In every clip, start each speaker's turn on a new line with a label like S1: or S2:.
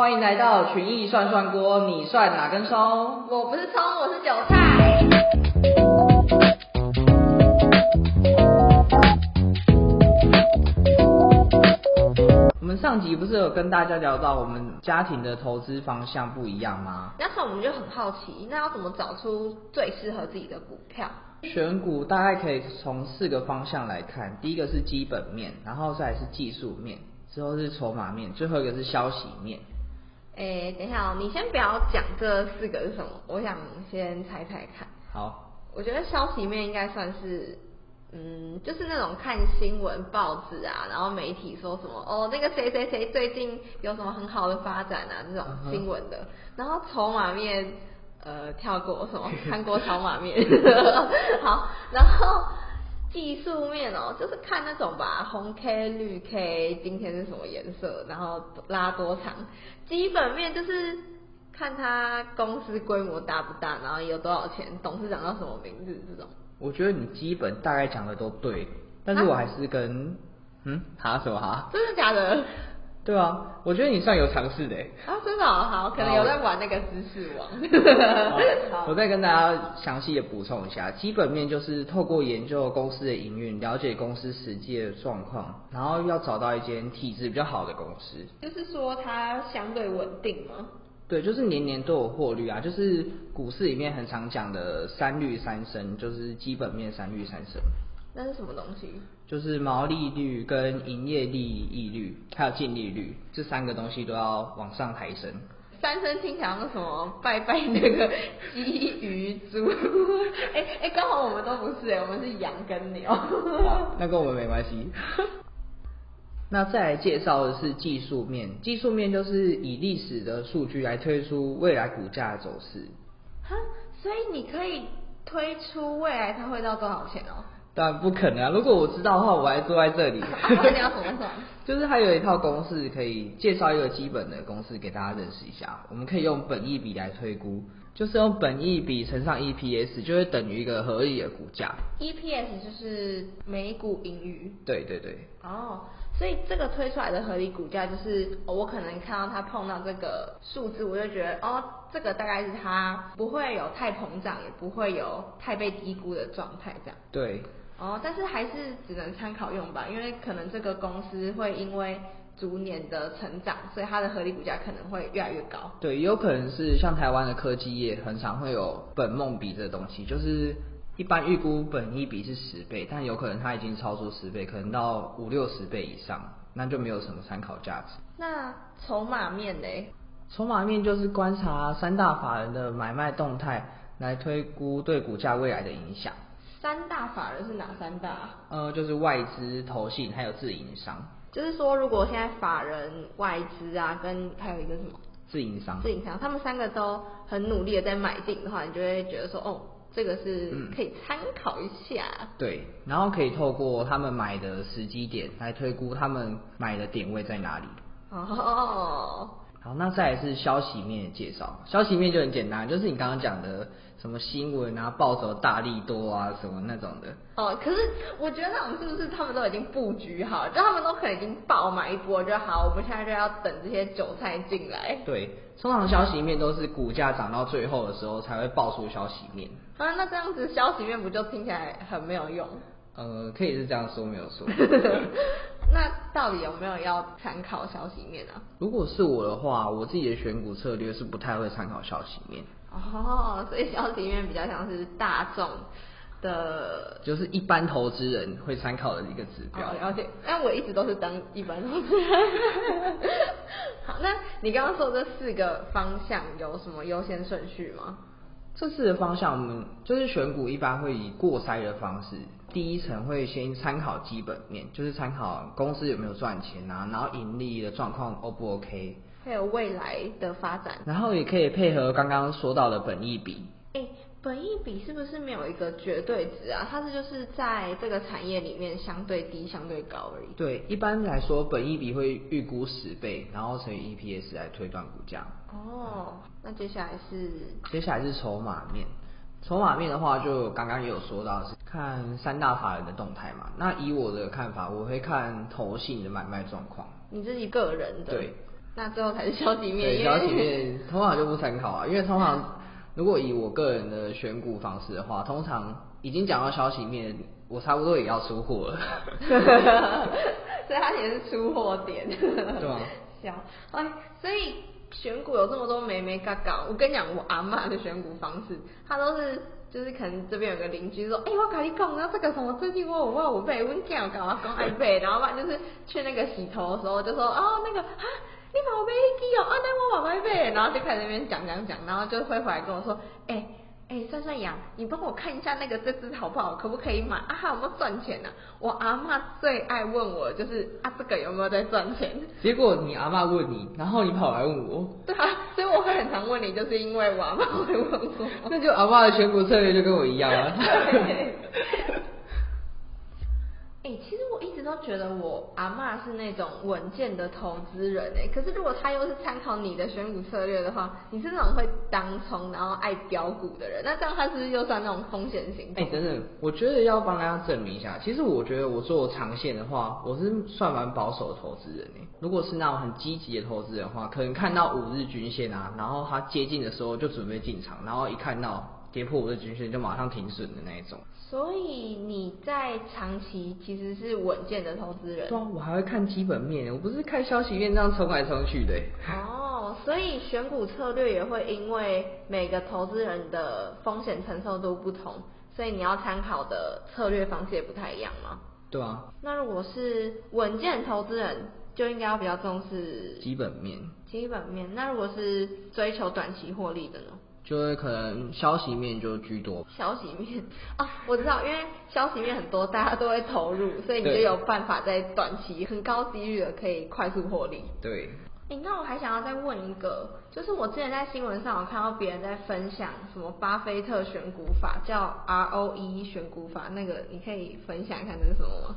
S1: 欢迎来到群艺涮涮锅，你涮哪根葱？
S2: 我不是葱，我是韭菜。
S1: 我们上集不是有跟大家聊到我们家庭的投资方向不一样吗？
S2: 那时候我们就很好奇，那要怎么找出最适合自己的股票？
S1: 选股大概可以从四个方向来看，第一个是基本面，然后再来是技术面，之后是筹码面，最后一个是消息面。
S2: 哎，等一下哦，你先不要讲这四个是什么，我想先猜猜看。
S1: 好，
S2: 我觉得消息面应该算是，嗯，就是那种看新闻、报纸啊，然后媒体说什么哦，那个谁谁谁最近有什么很好的发展啊，这种
S1: 嗯哼
S2: 新闻的。然后筹码面，呃，跳过什么韩国筹码面，好，然后。技术面哦，就是看那种吧，红 K、绿 K，今天是什么颜色，然后拉多长。基本面就是看他公司规模大不大，然后有多少钱，董事长叫什么名字这种。
S1: 我觉得你基本大概讲的都对，但是我还是跟、嗯，哈什么哈？
S2: 真的假的？
S1: 对啊，我觉得你算有尝试的欸。
S2: 啊，真的、哦、好，可能有在玩那个知识王。
S1: 我再跟大家详细的补充一下，基本面就是透过研究公司的营运，了解公司实际的状况，然后要找到一间体制比较好的公司。
S2: 就是说它相对稳定吗？
S1: 对，就是年年都有获利啊，就是股市里面很常讲的三率三升，就是基本面三率三升，
S2: 那是什么东西？
S1: 就是毛利率、跟营业利益率还有净利率这三个东西都要往上抬升。
S2: 三声听起来像什么拜拜那个鸡鱼猪？ 哎哎，刚好我们都不是哎、我们是羊跟 牛。
S1: 那跟我们没关系。 那再来介绍的是技术面，技术面就是以历史的数据来推出未来股价的走势。
S2: 哈，所以你可以推出未来它会到多少钱哦？
S1: 当然不可能啊！如果我知道的话，我还坐在这里。
S2: 那你要怎么算？
S1: 就是还有一套公式可以介绍一个基本的公式给大家认识一下。我们可以用本益比来推估，就是用本益比乘上 EPS 就会等于一个合理的股价。
S2: EPS E 就是每股盈余
S1: 对对对，
S2: 哦，所以这个推出来的合理股价就是、哦我可能看到它碰到这个数字，我就觉得哦，这个大概是它不会有太膨胀，也不会有太被低估的状态这样。
S1: 对，
S2: 哦，但是还是只能参考用吧，因为可能这个公司会因为逐年的成长，所以它的合理股价可能会越来越高。
S1: 对，也有可能是像台湾的科技业，很常会有本梦比这东西，就是一般预估本益比是十倍，但有可能它已经超出十倍，可能到五六十倍以上，那就没有什么参考价值。
S2: 那筹码面嘞？
S1: 筹码面就是观察三大法人的买卖动态，来推估对股价未来的影响。
S2: 三大法人是哪三大啊？
S1: 呃，就是外资、投信还有自营商，
S2: 就是说，如果现在法人、外资啊，跟还有一个什么
S1: 自营商
S2: 自营商，他们三个都很努力的在买进的话，你就会觉得说，哦，这个是
S1: 嗯
S2: 可以参考一下。
S1: 对，然后可以透过他们买的时机点来推估他们买的点位在哪里。
S2: 哦，
S1: 好，那再来是消息面的介绍。消息面就很简单，就是你刚刚讲的什么新闻啊、报走大力多啊什么那种的。
S2: 哦，可是我觉得那种是不是他们都已经布局好了，就他们都可能已经爆买一波就好，我们现在就要等这些韭菜进来。
S1: 对，通常消息面都是股价涨到最后的时候才会爆出消息面。
S2: 啊，那这样子消息面不就听起来很没有用？
S1: 呃，可以是这样说，没有错。
S2: 那到底有没有要参考消息面啊？
S1: 如果是我的话，我自己的选股策略是不太会参考消息面，
S2: 哦，所以消息面比较像是大众的。
S1: 就是一般投资人会参考的一个指标。
S2: 哦，了解。但我一直都是当一般投资人。好，那你刚刚说这四个方向有什么优先顺序吗？
S1: 这次的方向，我们就是选股一般会以过筛的方式，第一层会先参考基本面，就是参考公司有没有赚钱啊，然后盈利的状况 O 不 OK，
S2: 还有未来的发展。
S1: 然后也可以配合刚刚说到的本益比。
S2: 哎、本益比是不是没有一个绝对值啊？它是就是在这个产业里面相对低、相对高而已。
S1: 对，一般来说，本益比会预估十倍，然后乘以 EPS 来推断股价。
S2: 哦，那接下来是
S1: 接下来是筹码面，筹码面的话，就刚刚也有说到是看三大法人的动态嘛。那以我的看法，我会看投信的买卖状况。
S2: 你自己个人的。
S1: 对。
S2: 那最后才是消极面，
S1: 对，
S2: 因
S1: 消
S2: 为
S1: 极面通常就不参考啊，因为通常如果以我个人的选股方式的话，通常已经讲到消息面，我差不多也要出货了。
S2: 所以它也是出货点。对
S1: 啊
S2: 笑，哎，所以选股有这么多美眉嘎嘎，我跟你讲，我阿嬷的选股方式，她都是就是可能这边有个邻居说，哎、我跟你讲，那这个什么最近我有我有买，我囝有跟我讲爱买，然后嘛就是去那个洗头的时候就说，哦那个啊。你把我买去哦，啊，那我把买买，然后就开始在那边讲讲讲，然后就会回来跟我说，哎、哎、算算羊，你帮我看一下那个这只好不好，可不可以买啊？有没有赚钱呢、我阿嬷最爱问我就是啊，这个有没有在赚钱？
S1: 结果你阿嬷问你，然后你跑来问我，
S2: 对啊，所以我会很常问你，就是因为我 阿妈会问我。
S1: 那就阿嬷的选股策略就跟我一样啊。
S2: 对哎、其实我一直都觉得我阿嬷是那种稳健的投资人哎、可是如果她又是参考你的选股策略的话，你是那种会当冲然后爱标股的人，那这样她是不是又算那种风险型？
S1: 哎、等等，我觉得要帮大家证明一下。其实我觉得我做长线的话，我是算蛮保守的投资人诶。如果是那种很积极的投资人的话，可能看到五日均线啊，然后它接近的时候就准备进场，然后一看到跌破五日均线就马上停损的那一种。
S2: 所以你在长期其实是稳健的投资人
S1: 对。啊，我还会看基本面，我不是看消息面这样冲来冲去的欸。
S2: 哦，所以选股策略也会因为每个投资人的风险承受度不同，所以你要参考的策略方式也不太一样吗？
S1: 对啊，
S2: 那如果是稳健投资人，就应该要比较重视
S1: 基本面
S2: 基本面。那如果是追求短期获利的呢？
S1: 就是可能消息面就居多。
S2: 消息面啊，我知道，因为消息面很多，大家都会投入，所以你就
S1: 对
S2: 有办法在短期很高几率的可以快速获利。
S1: 对，
S2: 哎、那我还想要再问一个，就是我之前在新闻上有看到别人在分享什么巴菲特选股法，叫 ROE 选股法，那个你可以分享看那是什么吗？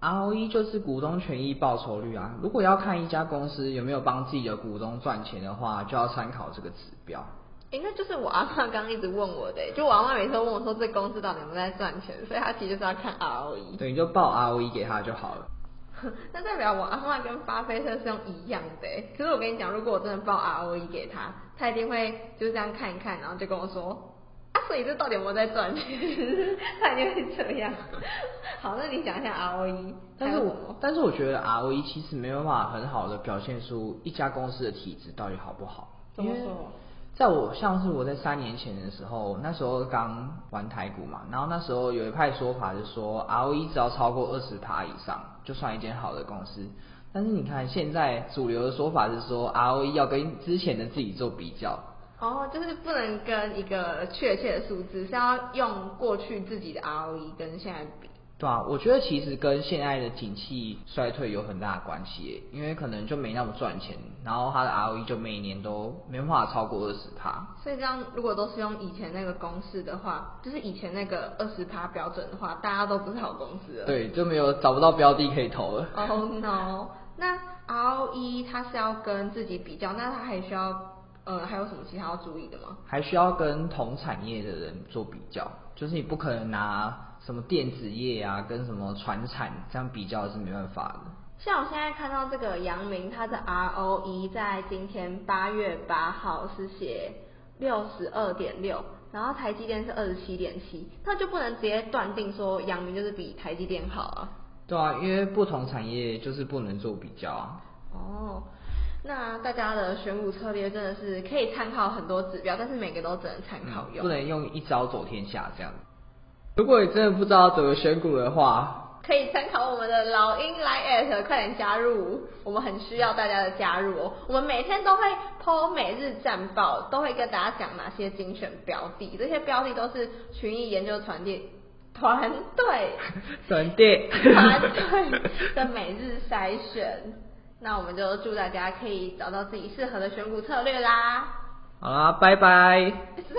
S1: ROE E 就是股东权益报酬率啊。如果要看一家公司有没有帮自己的股东赚钱的话，就要参考这个指标。
S2: 哎、那就是我阿妈刚刚一直问我的、就我阿妈每次都问我说这公司到底有没有在赚钱，所以她其实就是要看 E ROE。
S1: 对，你就报 ROE 给他就好了。
S2: 那代表我阿妈跟巴菲特是用一样的、欸，可是我跟你讲，如果我真的报 ROE 给他，他一定会就是这样看一看，然后就跟我说，啊，所以这到底有没有在赚 钱？他一定会这样。 好，那你讲一下 ROE，
S1: 但
S2: 还
S1: 是
S2: 有什
S1: 我
S2: 么？
S1: 但是我觉得 ROE 其实没有办法很好的表现出一家公司的体质到底好不好。
S2: 怎么
S1: 因为
S2: 说？
S1: 在我像是我在三年前的时候，那时候刚玩台股嘛，然后那时候有一派说法就是说，ROE 只要超过二十趴以上，就算一间好的公司。但是你看现在主流的说法是说，ROE 要跟之前的自己做比较，
S2: 哦，就是不能跟一个确切的数字，是要用过去自己的 ROE 跟现在比。
S1: 对啊，我觉得其实跟现在的景气衰退有很大的关系耶，因为可能就没那么赚钱，然后它的 ROE 就每年都没办法超过二十趴。
S2: 所以这样，如果都是用以前那个公式的话，就是以前那个二十趴标准的话，大家都不是好公司了。
S1: 对，就没有找不到标的可以投了。
S2: Oh no！那 ROE 它是要跟自己比较，那它还需要呃还有什么其他要注意的吗？
S1: 还需要跟同产业的人做比较，就是你不可能拿什么电子业啊跟什么船产这样比较是没办法的。
S2: 像我现在看到这个杨明，他的 ROE 在今天八月八号是写六十二点六，然后台积电是二十七点七，那就不能直接断定说杨明就是比台积电好啊。
S1: 对啊，因为不同产业就是不能做比较啊。
S2: 哦，那大家的选股策略真的是可以参考很多指标，但是每个都只能参考
S1: 嗯
S2: 用。
S1: 不能用一招走天下这样。如果你真的不知道怎么选股的话，
S2: 可以参考我们的老鹰来 at，快点加入，我们很需要大家的加入哦。我们每天都会 PO 每日战报，都会跟大家讲哪些精选标的，这些标的都是群益研究团队团队
S1: 转店
S2: 团队的每日筛选。那我们就祝大家可以找到自己适合的选股策略啦。
S1: 好啦，拜拜。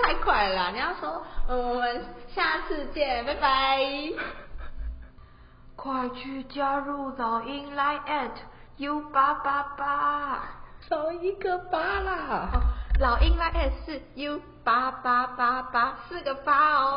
S2: 太快了啦！你要说，嗯，我们下次见，拜拜。快去加入老鹰 Line at U 八八八，
S1: 少一个八啦
S2: 哦，老鹰 Line at 是 U 八八八八，四个八哦。